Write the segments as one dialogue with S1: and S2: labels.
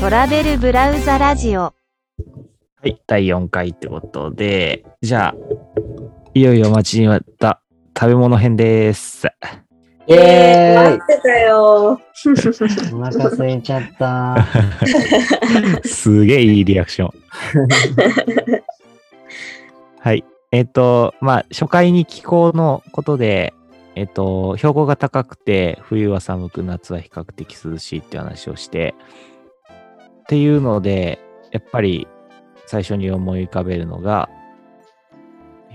S1: トラベルブラウザラジオ
S2: はい、第4回ってことで、じゃあ、いよいよ待ちに待った食べ物編です。
S3: イエーイ
S4: 待ってたよ。
S3: お腹空いちゃった。
S2: すげえいいリアクション。はい。えっ、と、まあ、初回に気候のことで、えっ、と、標高が高くて、冬は寒く、夏は比較的涼しいっていう話をして、っていうので、やっぱり最初に思い浮かべるのが、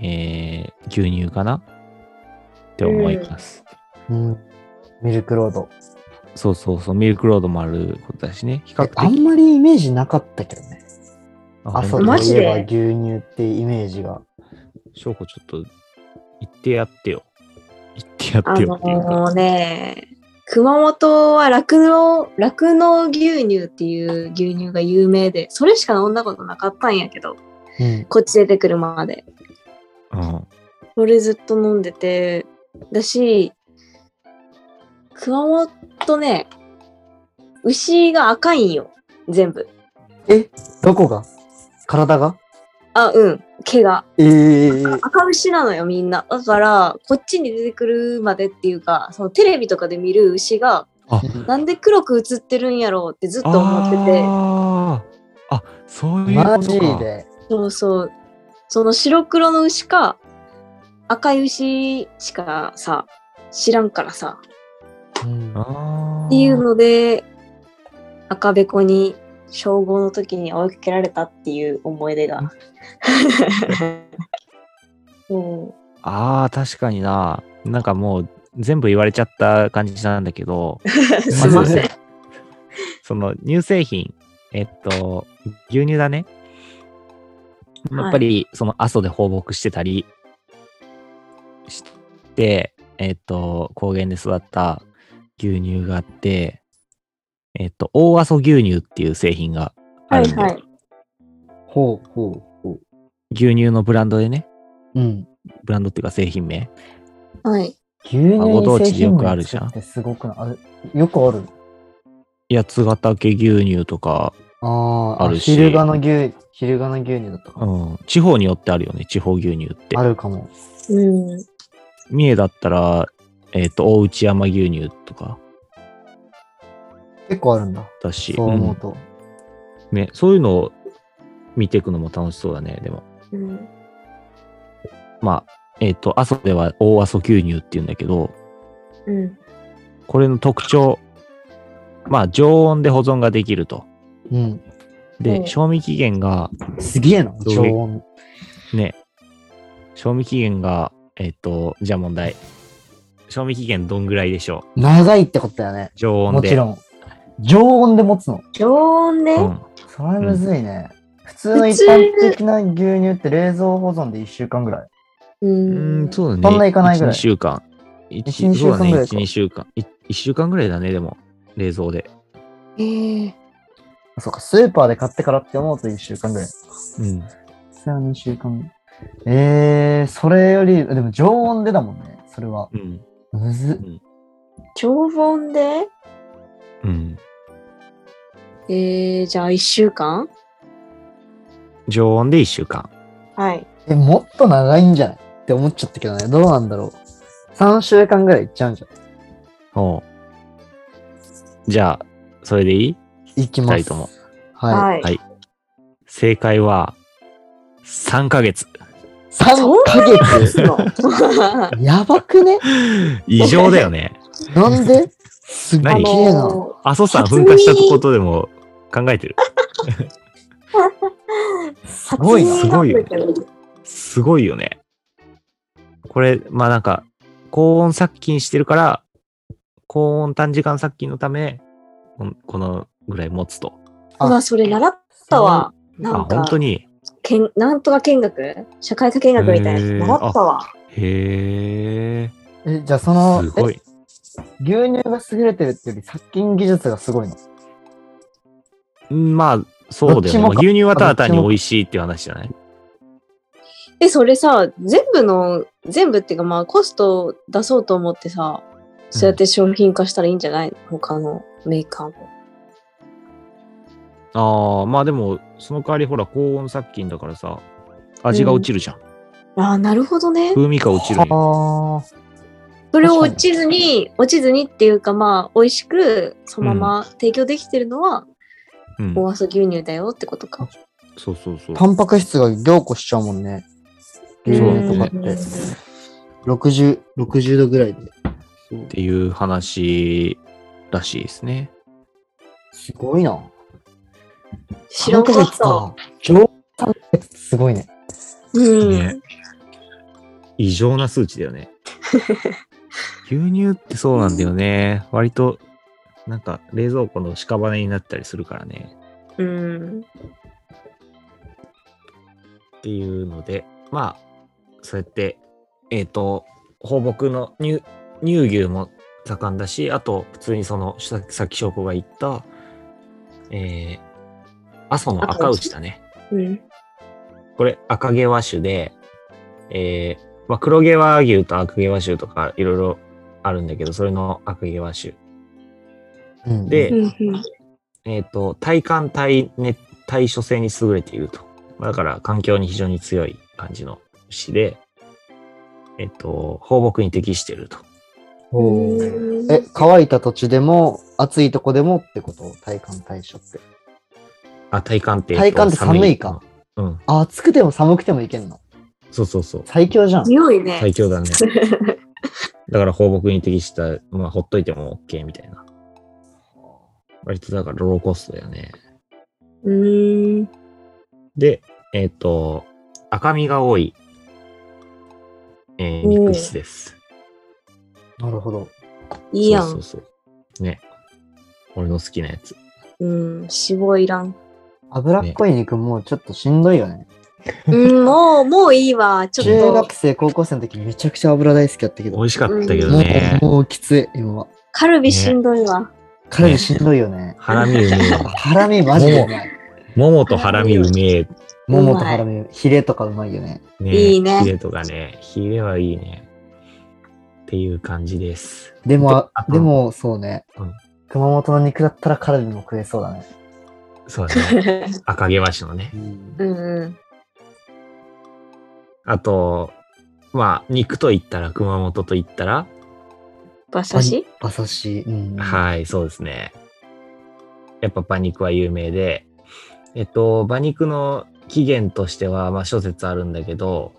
S2: えー、牛乳かなって思います。
S3: うん、ミルクロード。
S2: そうそうそう、ミルクロードもあることだしね、比較
S3: えあ
S2: 的。
S3: んまりイメージなかったけどね。
S2: あ本
S3: 朝
S2: 当
S3: と
S4: マ
S3: い
S4: ジ
S3: え
S4: で
S3: ば牛乳ってイメージが。
S2: 翔子ちょっと言ってやってよ。言ってや
S4: あ
S2: ってよっていうか。
S4: のね、熊本は酪農、酪農牛乳っていう牛乳が有名で、それしか飲んだことなかったんやけど、
S3: うん。
S4: こっち出てくるまで。
S2: うん、
S4: それずっと飲んでて、だし、熊本ね、牛が赤いんよ、全部。
S3: え、どこが体が
S4: あ、うん、毛が。
S3: ええー。
S4: 赤牛なのよみんなだからこっちに出てくるまでっていうかそのテレビとかで見る牛が
S2: あ
S4: なんで黒く映ってるんやろうってずっと思ってて
S2: あーあ、そういうことか。
S3: マジで。
S4: そうそうその白黒の牛か赤い牛しかさ知らんからさ
S3: うん
S2: あー
S4: っていうので赤べこに小5の時に追いかけられたっていう思い出が そ
S2: あー、確かにな。なんかもう全部言われちゃった感じなんだけど、
S4: うすいません
S2: その乳製品、えっと、牛乳だね。
S4: い
S2: やっぱり、その阿蘇で放牧してたりして、えっと、高原で育った牛乳があって、えっと、大阿蘇牛乳っていう製品があ
S4: は
S2: る
S4: い
S2: んで、
S4: はい
S3: ほうほうほ
S2: 牛乳のブランドでね、
S3: う。うん。
S2: ブランドっていうか製品名。
S4: はい
S3: 牛乳に
S2: ご当地でよく
S3: 製品名
S2: あるじゃん
S3: 作ってすごくないあよくある。
S2: 八ヶ岳牛乳とか、
S3: ああ、
S2: あるし
S3: 昼場の牛、昼場の牛乳だったかな。
S2: うん、地方によってあるよね、地方牛乳って
S3: あ。るかも。
S4: うん
S2: 三重だったら、えっと、大内山牛乳とか
S3: 結構あるんだ。
S2: だし、
S3: そう思うと。
S2: うんね、そういうのを見ていくのも楽しそうだね、でも。
S4: うん
S2: まあ、えっ、と、阿蘇では大阿蘇牛乳っていうんだけど、
S4: うん
S2: これの特徴、まあ、常温で保存ができると。
S3: うん。
S2: で、
S4: うん
S2: 賞味期限が、
S3: すげえな、
S2: どう
S3: 常温。
S2: ね、賞味期限が、えっ、と、じゃあ問題。賞味期限どんぐらいでしょう
S3: 長いってことだよね。
S2: 常温
S3: も
S2: で。
S3: ちろん。常温で持つの。
S4: 常温ね、
S2: うん
S3: それはむずいね。普通の一般的な牛乳って冷蔵保存で1週間ぐらい。
S4: う
S2: うーん、そうだね。
S3: そんないかないぐら
S2: 1
S3: い
S2: 2週間。1
S3: 1 2週間ぐらいか
S2: 1、2週間。1、1週間ぐらいだね、でも。冷蔵で。
S4: ええ
S3: そうか、スーパーで買ってからって思うと1週間ぐらい。
S2: うん。
S3: それは2週間。えー、それより、でも常温でだもんね。それは。
S2: うん。
S3: むずっ。
S4: 常温で
S2: うん。
S4: えー、じゃあ1週間
S2: 常温で1週間。
S4: はい。
S3: え、もっと長いんじゃないって思っちゃったけどね。どうなんだろう。3週間ぐらいいっちゃうんじゃな
S2: おうじゃあ、それでいい
S3: いいきます。
S2: 二人とも。
S3: はい。
S2: はい正解は、3ヶ 月。
S3: 3ヶ月
S4: あ
S3: やばくね
S2: 異常だよ ね。
S3: なんですっげえ
S2: 何
S3: な。
S4: の
S2: 阿蘇山噴火したことでも考えてる。
S3: すごいな。
S2: すごいよすごいよね。これ、まあなんか、高温殺菌してるから、高温短時間殺菌のため、こんこのぐらい持つと。
S4: うわ、それ習ったわ。な
S2: あ、
S4: んか
S2: 本当に。
S4: けん、なんとか見学社会科見学みたいな。
S2: へー
S4: 習ったわ。
S2: へえ。
S3: え、じゃあその、
S2: すご
S3: え
S2: い。
S3: 牛乳が優れてるっていうより殺菌技術がすごいの。
S2: うんまあ、そうだよね。
S3: ど
S2: ま
S3: っちも
S2: あ
S3: か
S2: 牛乳はただ単
S3: ど
S2: に
S3: っちも
S2: 美味しいっていう話じゃない
S4: で、それさ、全部の、全部っていうかまあコストを出そうと思ってさ、そうやって商品化したらいいんじゃないの他のメーカーも。
S2: ああ、まあでも、その代わりほら、高温殺菌だからさ、味が落ちるじゃん。
S4: ああ、なるほどね。
S2: 風味が落ちるんよ
S3: ああ、
S4: それを落ちずに、落ちずにっていうか、まあ、美味しく、そのまま提供できてるのは、
S2: うん。
S4: 大麻牛乳だよってことか。
S2: そうそうそう。
S3: タンパク質が凝固しちゃうもんね。牛乳とかって
S4: うん。
S3: 60、60度ぐらいで。そう
S2: っていう話らしいですね。
S3: すごいな。
S4: 知らんかった。
S3: 3ヶ月か。凝固タンパク質すごいね。
S4: うん。
S2: ね異常な数値だよ ね。牛乳ってそうなんだよね。割と、なんか冷蔵庫の屍になったりするからね。
S4: うん。
S2: っていうので、まあ、そうやって、えっ、と、放牧の乳乳牛も盛んだし、あと、普通にその、ささっき証拠が言った、えー、阿蘇の赤牛だね。
S4: うん。
S2: これ赤毛和種で、えーまあ、黒毛和牛と赤毛和種とかいろいろあるんだけど、それの赤毛和種。
S3: うん
S2: で
S4: うん
S2: えっ、と、体幹体、ね、体所性に優れていると。まあだから環境に非常に強い感じの牛で、えっ、と、放牧に適していると。
S3: ほう
S4: うん。
S3: え、乾いた土地でも、暑いとこでもってこと体感対処って。
S2: あ、体幹って、
S3: 体幹って寒いか。
S2: うん。
S3: あ暑くても寒くてもいけんの。
S2: そうそうそう。
S3: 最強じゃん。
S4: 強いね。
S2: 最強だね。だから放牧に適した、まあ、ほっといても OK みたいな。割とだからローコストだよね。
S4: うん。
S2: で、えっ、と、赤身が多い、えー、
S4: おー
S2: 肉質です。
S3: なるほど。
S4: いいや。
S2: そうんそうそう。ね。俺の好きなやつ。
S4: うん。絞いら ん。
S3: 脂っこい肉もちょっとしんどいよね。
S4: うん、もう、もういいわ。ちょ
S3: 中
S4: っと
S3: 学、生、高校生の時めちゃくちゃ油大好きだったけど。
S2: 美味しかったけど
S3: も
S2: ね。
S3: うもうきつい、今は。
S4: カルビしんどいわ。
S3: カルビしんどいよね。
S2: ハラミうめえ。
S3: ハラミマジでうまい。
S2: ももとハラミうめえ。
S3: ももと
S4: うまい
S3: ハラミ、ヒレとかうまいよね。
S2: ね、
S4: いいね
S2: ヒレとかね。ヒレはいいね。っていう感じです。
S3: でも
S2: あ、と
S3: でもそうね
S2: うん。
S3: 熊本の肉だったらカルビも食えそうだね。
S2: そうだ ね。赤毛和種のね。
S4: うんうん。
S2: あと、まあ、肉と言ったら、熊本と言ったら、
S4: 馬刺し
S3: 馬刺し。うん。
S2: はい、そうですね。やっぱ馬肉は有名で、えっと、馬肉の起源としては、まあ、諸説あるんだけど、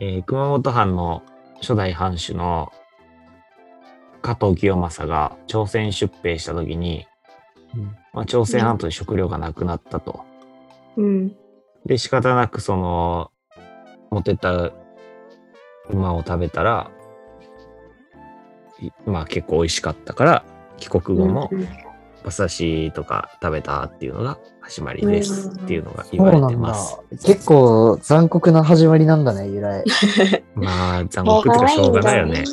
S2: えー熊本藩の初代藩主の加藤清正が朝鮮出兵した時に、
S3: うん
S2: まあ、朝鮮半島で食料がなくなったと。
S4: うん。
S2: で、仕方なくその、持ってった馬を食べたら、いまあ結構美味しかったから、帰国後も
S4: うん
S2: 馬刺しとか食べたっていうのが始まりですっていうのが言わ
S3: そ
S2: れ
S3: うな
S2: て
S3: ん
S2: ま
S3: だ
S2: す。。
S3: 結構残酷な始まりなんだね、由来。
S2: まあ残酷っていうかしょうがないよね。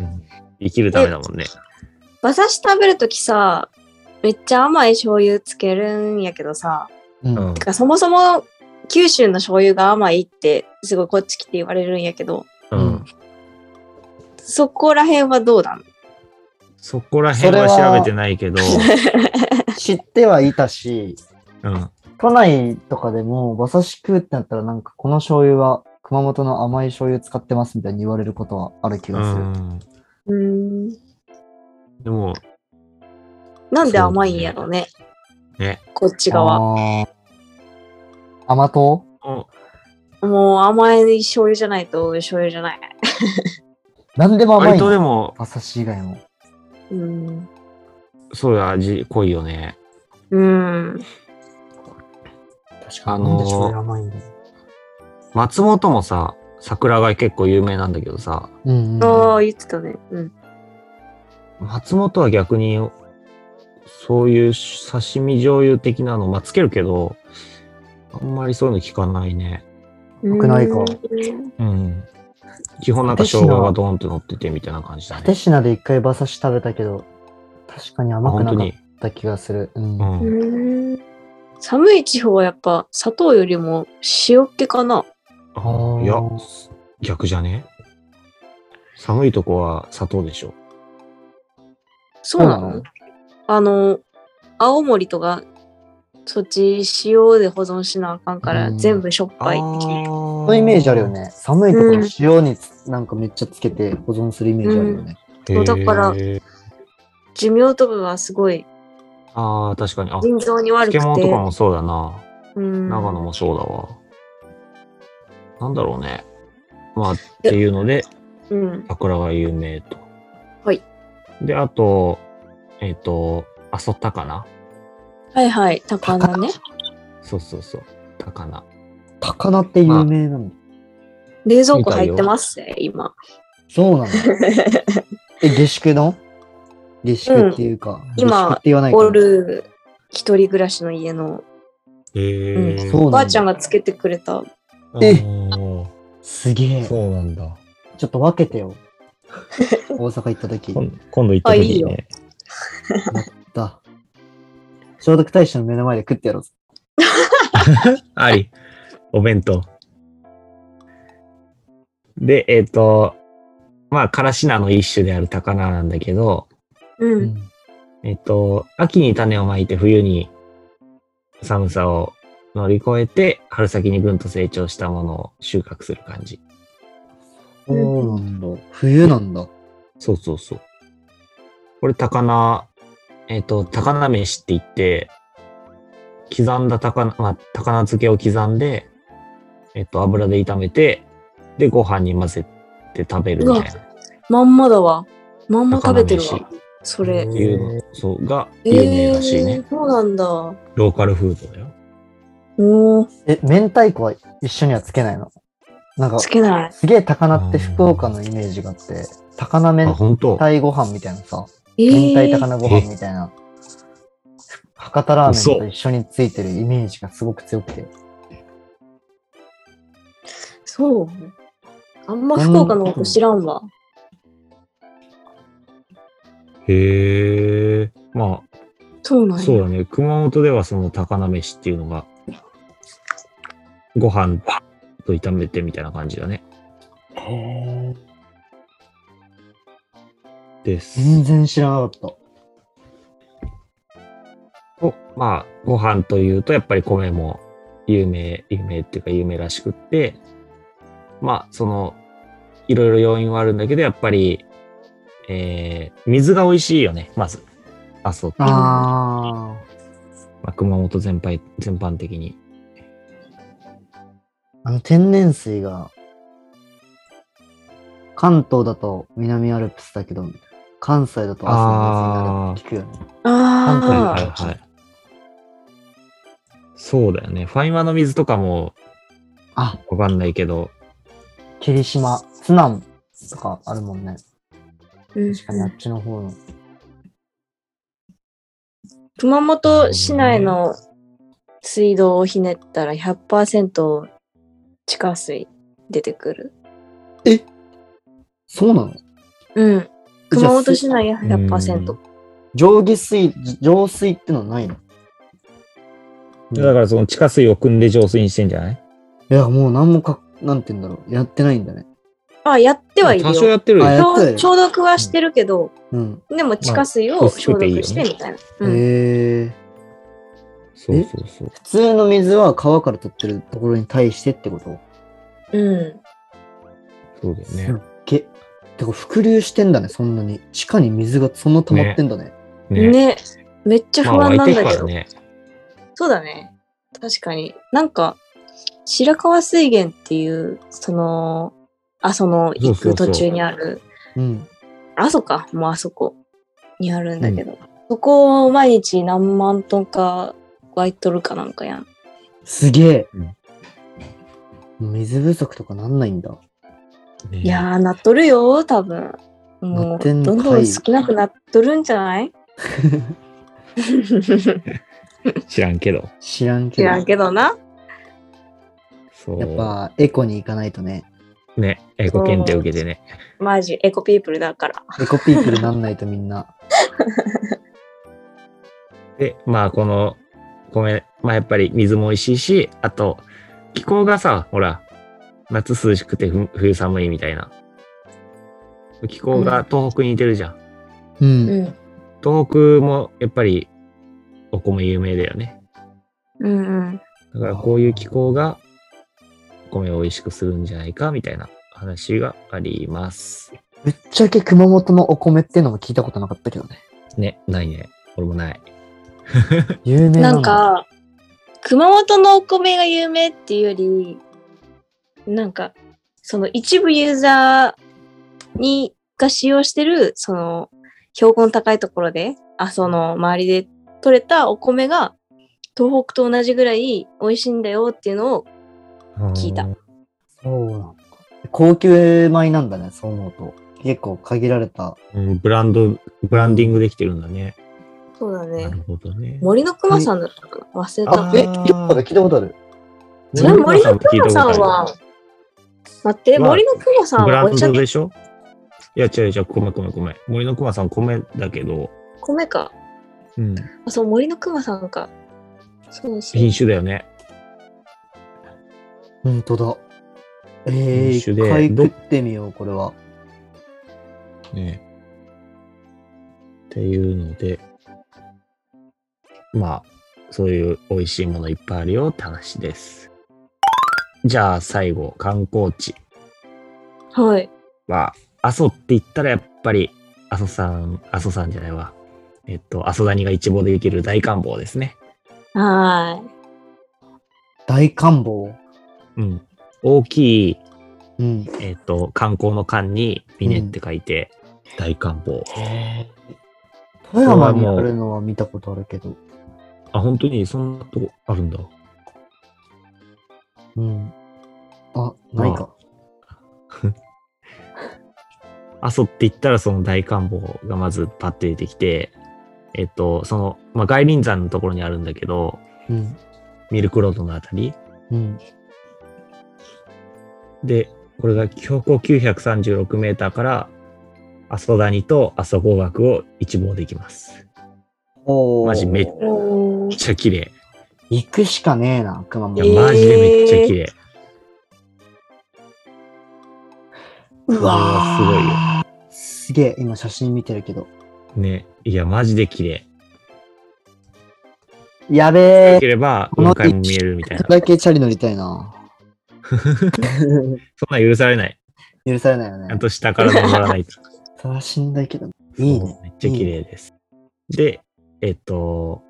S2: うん生きるためだもんね。
S4: 馬刺し食べるときさ、めっちゃ甘い醤油つけるんやけどさ、
S3: うん
S2: うん
S4: てかそもそも九州の醤油が甘いって、すごいこっち来て言われるんやけど、
S2: うん。
S4: そこら辺はどうなの
S2: そこら辺は調べてないけど、
S3: 知ってはいたし、
S2: うん。
S3: 都内とかでも馬刺し食うってなったらなんかこの醤油は熊本の甘い醤油使ってますみたいに言われることはある気がする。
S2: うん
S4: うん。
S2: でも、
S4: なんで甘いんやろね、
S2: ね、
S4: こっち側。
S3: あー甘党
S2: お
S4: もう甘い醤油じゃないと醤油じゃない。
S3: 何でも甘
S2: 割
S3: い
S2: とで
S3: の
S2: も、
S3: 馬刺し以外も。
S4: うん。
S2: そうだ、味濃いよね。
S4: うん。
S3: 確
S2: かに
S3: なん
S2: あのー
S3: で醤油甘いんだろ
S2: 松本もさ、桜が結構有名なんだけどさ、
S3: う。うん、
S4: あ
S3: う
S4: あ、
S3: ん。
S4: 言ってたね。うん。
S2: 松本は逆に、そういう刺身醤油的なの、まあ、つけるけど、あんまりそういうの聞かないね。
S4: よ
S3: くないか
S2: うん。基本なんか生姜がドーンって乗っててみたいな感じだ
S3: 蓼
S2: ね。
S3: 科で一回馬刺し食べたけど、確かに
S2: あ
S3: 甘
S2: 本
S3: くな
S2: 当
S3: かっ
S2: に。
S3: た気がする。う。
S2: うんん。
S4: 寒い地方はやっぱ砂糖よりも塩っ気かな。
S2: あ
S3: ー
S2: いや、逆じゃね寒いとこは砂糖でしょ。
S4: そうなの
S3: そうなの
S4: あの、青森とかそっち塩で保存しなあかんから、
S3: うん
S4: 全部しょっぱいって聞いて
S3: そのイメージあるよ。ね。寒いところ塩につなんかめっちゃつけて保存するイメージあるよね。
S4: そうだから
S2: へー
S4: 寿命とかがすごい
S2: ああ、確かに。あ、
S4: 腎臓に悪くて
S2: 漬物とかもそうだな。
S4: うん、
S2: 長野もそうだわ。なんだろうね。まあ、っていうので、
S4: うん
S2: 桜が有名と。
S4: はい。
S2: で、あと、えっ、と、あそったかな
S4: はいはい高菜ね
S2: そうそうそう。高菜。
S3: 高菜って有名なの。
S4: 冷蔵庫入ってますね今
S3: そうなの。え、下宿の下宿っていうか、
S4: 今
S3: 下宿って言わないかな
S4: おる一人暮らしの家の
S2: へ
S3: そうなん
S4: お
S3: だ
S4: ばあちゃんがつけてくれた
S3: え
S2: お
S3: すげ
S2: ー
S3: え。
S2: そうなんだ。
S3: ちょっと分けて よ。大阪行った時
S5: こ。ん今度行った時にね。
S3: だ。聖徳太子の目の前で食ってやろうぜ。
S2: あり。お弁当。で、えっ、と、まあ、からし菜の一種である高菜なんだけど、
S4: う
S3: うんん
S2: えっ、と、秋に種をまいて冬に寒さを乗り越えて、春先にぐんと成長したものを収穫する感じ。
S3: そうなんだ。冬なんだ。
S2: そうそうそう。これ高菜、えっ、と、高菜飯って言って、刻んだ高菜、まあ、高菜漬けを刻んで、えっ、と、油で炒めて、で、ご飯に混ぜて食べるみたいな。
S4: まんまだわまんま食べてる
S2: 高菜
S4: わ
S2: 飯
S4: それ
S2: っていうの、そう、が
S4: え
S2: 有名らしいね。
S4: ー、そうなんだお
S2: ローカルフードだよ。
S4: ー
S3: え、明太子は一緒にはつけないのなんか
S4: つ、けない
S3: すげえ高菜って福岡のイメージがあって、高菜
S2: あ、
S3: 明
S2: 本当。
S3: 太ご飯みたいなさ、
S4: え
S3: 明太
S4: ー
S3: 高菜ご飯みたいな、博多ラーメンと一緒についてるイメージがすごく強くて。
S4: そうあんま福岡のこと知らんわ
S2: へえ。ま
S4: そうな
S2: あ、
S4: ん
S2: そう
S4: や
S2: だね。熊本ではその高菜飯っていうのが、ご飯と炒めてみたいな感じだね。
S3: へ
S2: です。
S3: 全然知らなかった。
S2: おまあ、ご飯というと、やっぱり米も有名、有名っていうか有名らしくって、まあ、その、いろいろ要因はあるんだけど、やっぱり、えー、水が美味しいよね、まず。あ、そう。
S3: あ
S2: まあ、熊本全般、全般的に。
S3: ー、あの天然水が、関東だと南アルプスだけど、関西だと朝の水になるって聞くよね。
S2: はい
S3: あ
S2: は
S4: あ
S2: いはい。そうだよね。ファイマの水とかも
S3: あ、
S2: わかんないけど、
S3: 霧島、津南とかあるもんね。
S4: あ、うん
S3: 確かにあっちの方の。
S4: 熊本市内の水道をひねったら100%地下水出てくる。
S3: そうなの
S4: うん。熊本市
S3: じゃあ
S4: 内100%。
S3: 上下水、上水ってのはないの
S2: だからその地下水を汲んで浄水にしてんじゃない
S3: いや、もう何もか、なんて言うんだろう。やってないんだね。
S4: あ、やってはいる
S2: 多少や
S4: よ。
S2: ってるよ
S3: あ
S2: ね
S3: やってる
S4: 消消毒はしてるけど、
S3: うん。
S4: でも地下水
S2: まあ
S4: を消毒してみたいな。
S3: へ、
S4: う
S3: え
S4: ん
S3: ー。
S2: そうそうそう。
S3: 普通の水は川から取ってるところに対してってこと
S4: うん。
S2: そうだよね
S3: すっ。げえ。てか、伏流してんだね、そんなに。地下に水がそんな溜まってんだね。
S2: ね
S4: ね。めっちゃ不安なんだけ
S2: まあ湧いてるから
S4: ど。
S2: ね。
S4: そうだね。確かに。なんか、白川水源っていう、その、阿蘇の行く途中にある
S3: うん。
S4: 阿蘇か、もうあそこにあるんだけど、そこを毎日何万トンか湧いとるかなんかやん。
S3: すげえ。
S2: うん
S3: 水不足とかなんないんだ。
S2: ね
S4: いやー、なっとるよ、多分。も
S3: な
S4: う、
S3: って
S4: ど
S3: ん
S4: ん
S3: のかい
S4: どん少なくなっとるんじゃない
S2: 知らんけど。
S3: 知らんけ
S4: 知
S3: ど。
S4: らんけどな。
S2: そう。
S3: やっぱ、エコに行かないとね。
S2: ね、英語検定受けてね。
S4: マジ、エコピープルだから。
S3: エコピープルなんないとみん な。
S2: で、まあ、この米、まあ、やっぱり水も美味しいし、あと、気候がさ、ほら、夏涼しくてふ冬寒いみたいな。気候が東北に似てるじゃん。
S3: うん。
S4: うん。
S2: 東北もやっぱりお米有名だよね。
S4: うんうん。
S2: だからこういう気候がお米を美味しくするんじゃないかみたいな話があります。
S3: ぶっちゃけ熊本のお米っていうのも聞いたことなかったけどね。
S2: ね、ないね。俺もない。
S3: 有名な
S4: な
S3: の
S4: んか、熊本のお米が有名っていうより、なんか、その一部ユーザーに、が使用してる、その、標高の高いところで、あ、その、周りで取れたお米が、東北と同じぐらい美味しいんだよっていうのを、聞いた
S2: うん
S3: そうなんだ。高級米なんだね、そう思うと。結構限られた。
S2: うん、ブランド、ブランディングできてるんだね。
S4: そうだ
S2: な
S4: ね
S2: る。ほどね。
S4: 森の熊さんだったかな忘れ
S2: あ
S4: た。
S2: ー
S3: え、聞いたことある聞いたことある。
S4: それ森の
S2: も聞い
S4: 熊
S2: た
S4: さん
S2: ことある
S4: は、待って、
S2: まあ
S4: 森の熊さん
S2: ブ
S4: は
S2: ラ
S4: お
S2: ン
S4: 茶
S2: ド
S4: で
S2: でしょいや、違う違う、米米米。森の熊さん米だけど、
S4: 米か。
S2: うん、
S4: あ、そう、森の熊さんか。そうそう。
S2: 品種だよね。
S3: 本当だ。えー、
S2: 一緒
S3: 一
S2: で
S3: 回
S2: ど
S3: 食ってみよう、これは。
S2: ねっていうので、まあ、そういう美味しいものいっぱいあるよって話です。じゃあ最後、観光地
S4: はい。
S2: は、阿蘇って言ったらやっぱり、阿蘇山、阿蘇山じゃないわ。えっと、阿蘇谷が一望できる大観望ですね。
S4: は
S3: 大官房。
S2: うん。大きい、
S3: うん。
S2: えっと、観光の観に、峰って書いて、大観望。
S3: 富山にあるのは見たことあるけど。
S2: あ、本当にそんなとこあるんだ。
S3: うん。あ、ないか。
S2: 阿蘇って言ったらその大観望がまずパッて出てきて、えっと、その、まあ、外輪山のところにあるんだけど、
S3: うん。
S2: ミルクロードのあたり。
S3: うん。
S2: で、これが標高936メーターから、阿蘇谷と阿蘇合岳を一望できます。
S3: おー
S2: マジめっ
S4: い。お
S2: めっちゃ綺麗。
S3: 行くしかねえな、熊
S2: い
S3: 本。
S2: や、マジでめっちゃ綺麗。こ
S3: うわ
S2: れ
S3: ーすごいよ。すげえ、今写真見てるけど。
S2: ね。いや、マジで綺麗。
S3: やべ
S2: よ
S3: え。
S2: ければ、雲海も見えるみたいな。
S3: だけチャリ乗りた いな。
S2: そんなん許されない。
S3: 許されないよね
S2: ちゃん。と下から登らないと。
S3: それはしんどいけど。いいね。
S2: めっちゃ綺麗です。で、えっと、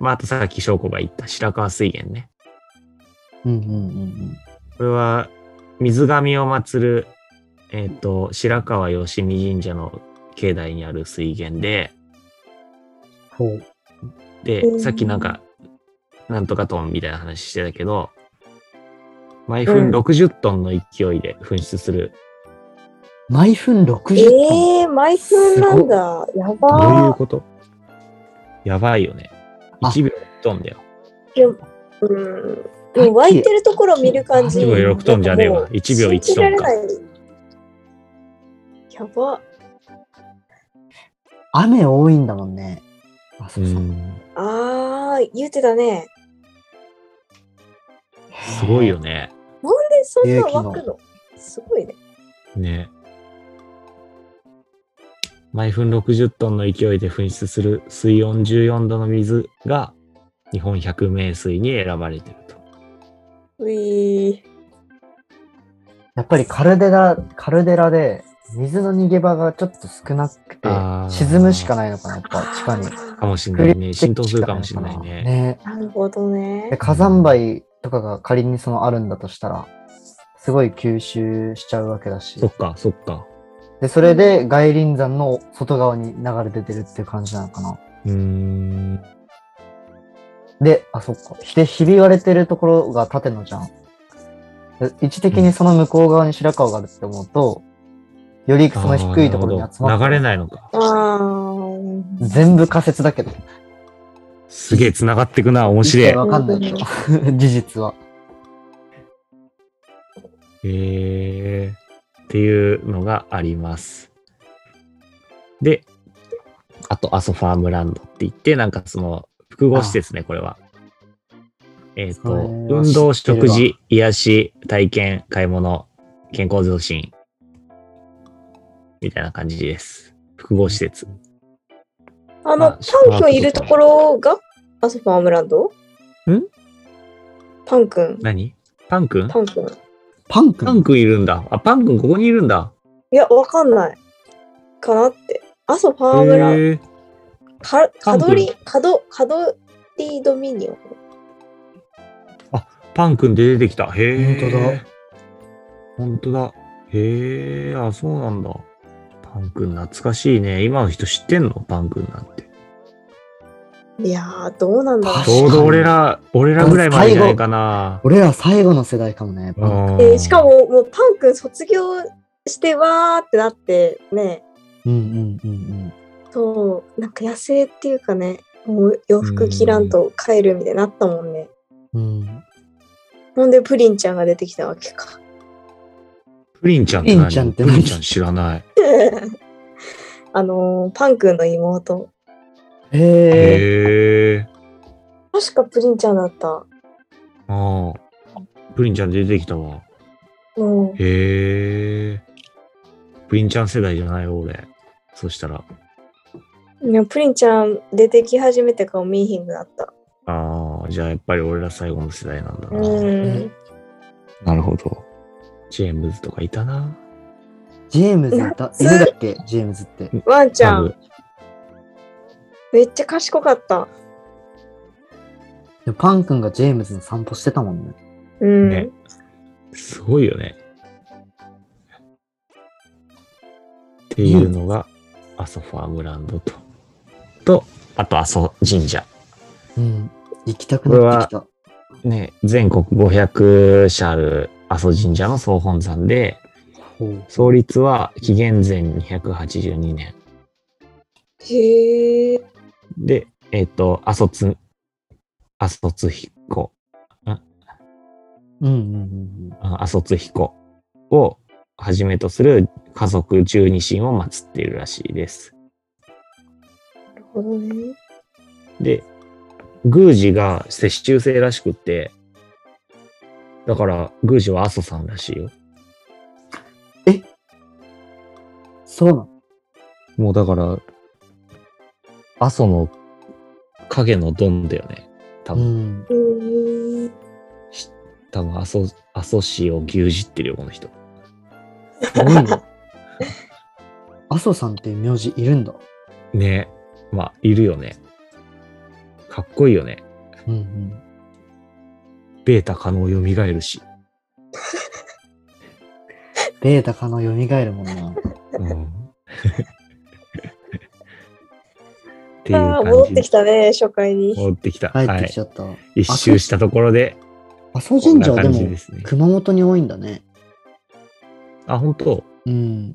S2: まあ、あとさっき翔子が言った白川水源ね。
S3: うんうんうん
S2: これは、水神を祀る、えっと、白川吉見神社の境内にある水源で、
S3: うん。
S2: で、さっきなんか、なんとかトンみたいな話してたけど、毎分
S4: うん
S2: 60トンの勢いで噴出する。
S3: 毎分60
S4: え
S3: トン。
S4: えー、毎分なんだ。や
S2: どういう
S4: ば
S2: ことやばいよね。
S3: あ
S2: 1秒6トンだよ。
S4: ー。うん。でも湧いてるところ見る感じ。
S2: 1秒6トンじゃねえわ。1秒1トンか。
S4: 信じられない。やば。
S3: 雨多いんだもんね。あ、そうそう。
S4: あー、言うてたね。
S2: すごいよね。
S4: なんでそんな
S3: 勇
S4: 湧
S3: 気
S4: く
S3: の
S4: のすごいね。
S2: ね。毎分60トンの勢いで噴出する水温14度の水が日本百名水に選ばれてると。
S4: ういー。
S3: やっぱりカルデラ、カルデラで、水の逃げ場がちょっと少なくて
S2: あー、
S3: 沈むしかないのかな、やっぱ、地下に。
S2: かもしれないね。浸透するかもしれないね。
S3: ね。
S4: なるほど
S3: で
S4: ね。
S3: 火山灰とかが仮にそのあるんだとしたら、すごい吸収しちゃうわけだし
S2: そ、っか、そっか。
S3: でそれで外輪山の外側に流れ出てるっていう感じなのかな。
S2: うーん。
S3: で、あ、そっか。で、ひび割れてるところが縦のじゃん。で位置的にその向こう側に白川があるって思うと、よりその低いところに集ま
S2: あーなるほど
S3: って、
S2: 流れないのか。
S4: あー。
S3: 全部仮説だけど、
S2: すげえ繋がってくな。面白い。
S3: わかんないけど、事実は。
S2: えー、っていうのがあります。で、あと、阿蘇ファームランドって言って、なんかその、複合施設ね、これは。えっ、
S3: そ
S2: と、
S3: れは
S2: 運動、
S3: 知ってるわ
S2: 食事、癒し、体験、買い物、健康増進。みたいな感じです。複合施設。
S4: あ
S2: まあ
S4: の、パン君いるところが、あそこファームランドパン君。
S2: 何パン君
S4: パン君。
S3: パン
S2: パ
S3: 君
S2: ン君いるんだ。あ、パン君ここにいるんだ。
S4: いや、わかんない。かなって。阿蘇パワー
S2: へ
S4: グラウン
S2: ー
S4: ド。
S2: パ
S4: か、カ
S2: ン君
S4: ドリ、カド、カドリドミニオン。
S2: パン君で出てきた。へえ。
S3: ほんとだ。
S2: ほんとだ。へえ、あ、そうなんだ。パン君懐かしいね。今の人知ってんのパン君なんて。
S4: いやー、どうなんだろ
S3: 確
S2: ち
S3: かに
S2: ょうど俺ら、俺らぐらいまでじゃないかな。
S3: 俺ら最後の世代かもね。パン
S2: うん
S4: う。えーしか、も、もうパン君卒業してわーってなって、ね、
S3: うんうんうん
S4: そう、なんか野生っていうかね、もう洋服着らんと帰るみたいになったもんね。
S3: うん。うん。
S4: ほんで、プリンちゃんが出てきたわけか。
S2: プリンちゃんって
S3: プリ
S2: 何
S3: ンちゃんって
S2: プ
S3: 何
S2: リンちゃん知らない。
S4: あのー、パン君の妹。
S3: へえ。
S2: へえ。
S4: 確かプリンちゃんだった。
S2: ああ。プリンちゃん出てきたわ。
S4: うん。
S2: へえ。プリンちゃん世代じゃないよ、俺。そしたら。
S4: いやプリンちゃん出てき始めてからミーヒングだった。
S2: ああ、じゃあやっぱり俺ら最後の世代なんだな。
S4: うん。
S2: なるほど。ジェームズとかいたな。
S3: ジェームズいた、いるだっけジェームズって。
S4: ワンちゃ
S2: 多
S4: ん
S2: 分、
S4: めっちゃ賢かった。
S3: でもパン君がジェームズの散歩してたもんね。
S4: うん。
S2: ねすごいよね。っていうのが、アソファーグランドと、と、あと阿蘇神社。
S3: うん。行きたくなってきた。
S2: ね、全国500社ある阿蘇神社の総本山で、
S3: ほう
S2: 創立は紀元前282年。
S4: へえ。
S2: で、えっ、と、阿蘇津、阿蘇津彦、
S3: うんうんうんうん。
S2: あ阿蘇津彦をはじめとする家族十二神を祀っているらしいです。
S4: なるほどね。
S2: で、宮司が世襲制らしくって、だから宮司は阿蘇さんらしいよ。
S3: そうなの。
S2: もうだから、阿蘇の影のドンだよね。多
S3: う
S2: 分、
S3: ん。
S4: うん。
S2: 多分阿蘇、阿蘇市を牛耳ってるよ、この人。
S3: すごい ね。阿蘇さんっていう名字いるんだ。
S2: ねまあ、いるよね。かっこいいよね。
S3: うんうん。
S2: ベータ可能蘇るし。
S3: ベータかの蘇るもんな。
S2: うん。っていう
S4: ああ
S2: 感
S4: ー、戻っ
S2: じ
S4: て
S2: で
S4: きたね、初回に。
S2: 戻ってきた。
S3: 帰
S2: は
S3: って
S2: い
S3: き。ちゃった。
S2: 一周したところで、
S3: 阿蘇
S2: こん
S3: 神
S2: な
S3: 社はで
S2: 感じで
S3: も
S2: すね。
S3: 熊本に多いんだね。
S2: あ、本当
S3: うん。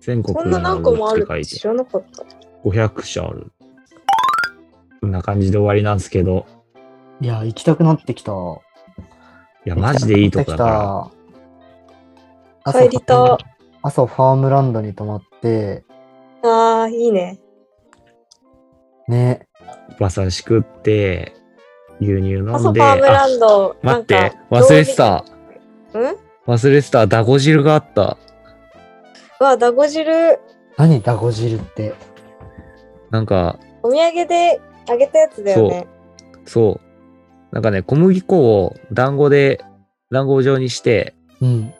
S2: 全国
S4: こんな何個もあるって知らなかった。
S2: 500社ある。こんな感じで終わりなんですけど、
S3: いや、行きたくなってきた。
S2: いや、マジでいいとこだか
S3: ら
S4: 帰りた。
S3: 阿蘇ファームランドに泊まって、
S4: ああ、いいね。
S3: ね。
S2: ら、馬刺し食って、牛乳飲
S4: アソ
S2: ん
S4: フ
S2: で、
S4: ァームラ
S2: あ
S4: ンド。
S2: 待っ
S4: なん
S2: て
S4: か、
S2: 忘れて。た。
S4: 料理ん
S2: 忘れてた。ダゴ汁があった。
S4: うわ、だご汁、
S3: 何ダゴ汁って。
S2: なんか、
S4: お土産であげたやつだよね。
S2: そう。なんかね、小麦粉を団子で、団子状にして、
S3: うん。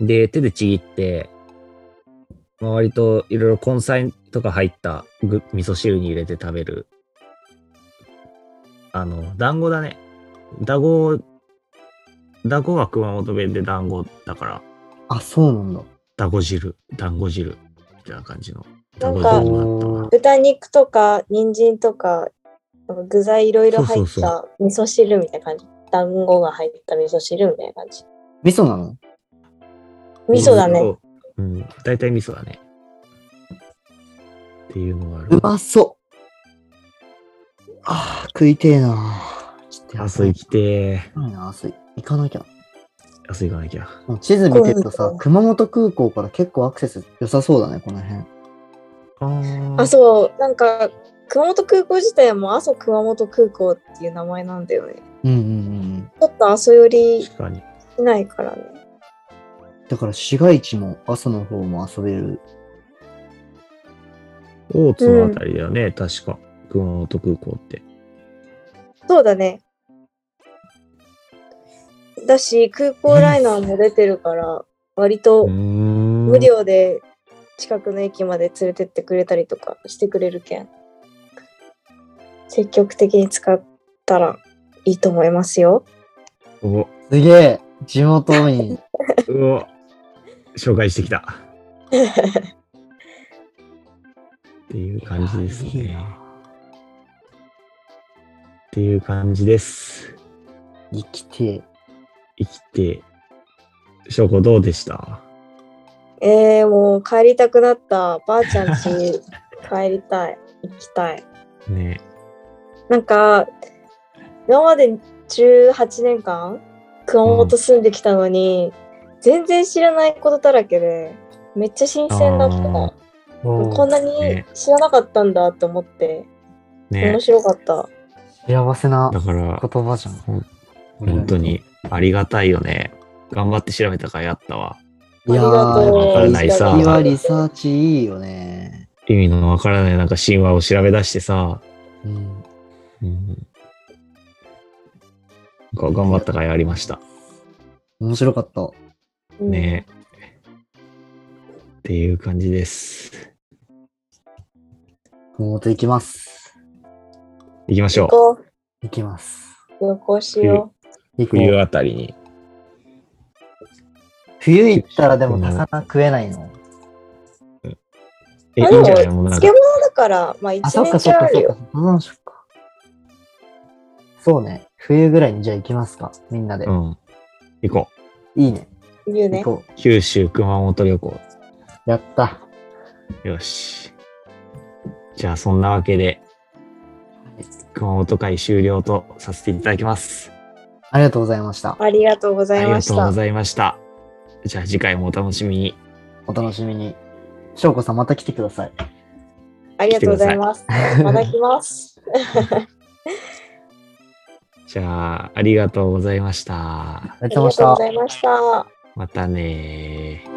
S2: で、手でちぎって、まあ、割といろいろ根菜とか入ったぐ味噌汁に入れて食べる。あの、団子だね。団子、団子は熊本弁で団子だから、
S3: あ、そうなんだ。
S2: 団子汁、団子汁、みたいな感じの。
S4: な
S2: 団子
S4: んか
S2: 汁もらったわ。
S4: 豚肉とか、人参とか、なんか具材いろいろ入っ
S2: そうそ
S4: た味噌汁みたいな感じ。団子が入った味噌汁みたいな感じ。
S3: 味噌なの
S4: 味噌だね。。
S2: うん、大体味噌だね。っていうのがある
S3: う。まそう。あー食いてえなちょっとや
S2: 明日
S3: ばい
S2: 生きて、
S3: ないな、明日行かなきゃ。
S2: 明日行かなきゃ。
S3: もう地図見てると
S4: そう
S3: さ
S4: なん、だ
S3: 熊本空港から結構アクセス良さそうだね、この辺。
S2: あー
S4: あ、そう、なんか、熊本空港自体はもう阿蘇熊本空港っていう名前なんだよね。
S3: うんうんうん
S4: ちょっと阿蘇寄り
S2: 確かに。
S4: いないからね。
S3: うん。だから市街地も阿蘇の方も遊べる。
S2: 大津のあたりだよね、確か。熊本空港って。
S4: そうだね。だし、空港ライナーも出てるから、割と無
S2: 無
S4: 料で近くの駅まで連れてってくれたりとかしてくれるけん。積極的に使ったらいいと思いますよ。
S2: うわ
S3: すげえ地元民。
S2: うわ紹介してきた。っていう感じです
S5: いやいい
S2: ね。
S5: な
S2: っていう感じです。
S3: 生きて
S2: 生きて、翔子どうでした
S4: えー、もう帰りたくなった。ばあちゃんち帰りたい。行きたい。
S2: ね
S4: なんか、今まで18年間、熊本住んできたのに、全然知らないことだらけで、めっちゃ新鮮だった。
S2: あ
S4: こんなに
S2: ね
S4: 知らなかったんだと思って、
S2: ーね
S4: 面白かった。
S3: 幸せな
S2: だから、
S3: 言葉じゃん。
S2: ほん本当にありがたいよね。頑張って調べたからやったわ。
S3: いや
S4: ありがとう
S2: わからないさ
S3: ー、いわリサーチいいよね。
S2: 意味のわからないなんか神話を調べ出してさ、
S3: うん。
S2: うん、なんか頑張ったからやりました。
S3: 面白かった。
S4: うん
S2: ねっていう感じです。
S3: 熊本行きます。
S2: 行きましょ
S4: 行
S2: う。
S4: こう。
S3: 行きます。
S4: 旅行しよ
S3: 行こう
S2: 冬あたりに。
S3: 冬行ったらでも高菜食えないの。
S2: え、い
S4: あ
S2: いんじゃな
S4: で
S2: いもうなん
S4: 漬
S2: か
S4: 物だから、まあ
S3: あ、
S4: 一
S3: そっ
S4: 年
S3: かそ
S4: 中
S3: っ
S4: あ
S3: かそ
S4: る
S3: っか
S4: よ。。
S3: そうしよっか。そうね。冬ぐらいにじゃあ行きますか。みんなで
S2: う。ん。行こう。
S3: いいね。
S4: 言う
S3: 行
S4: ね。
S3: こ
S2: 九州熊本旅行。
S3: う。やった。
S2: よし。じゃあそんなわけで、熊本会終了とさせていただきます。
S3: ありがとうございました。
S4: ありがとうございまし
S2: ありがとうご。
S4: た
S2: ざいました。じゃあ次回もお楽しみに。
S3: お楽しみに。翔子さんまた来てください。
S4: ありがとうございます。また来ます。
S2: じゃあ、ありがとうございました。
S3: あ
S4: あ
S3: り
S4: り
S3: がとうございま
S4: が
S3: し
S4: とう
S3: た
S4: ご。ざいました。
S2: またねー。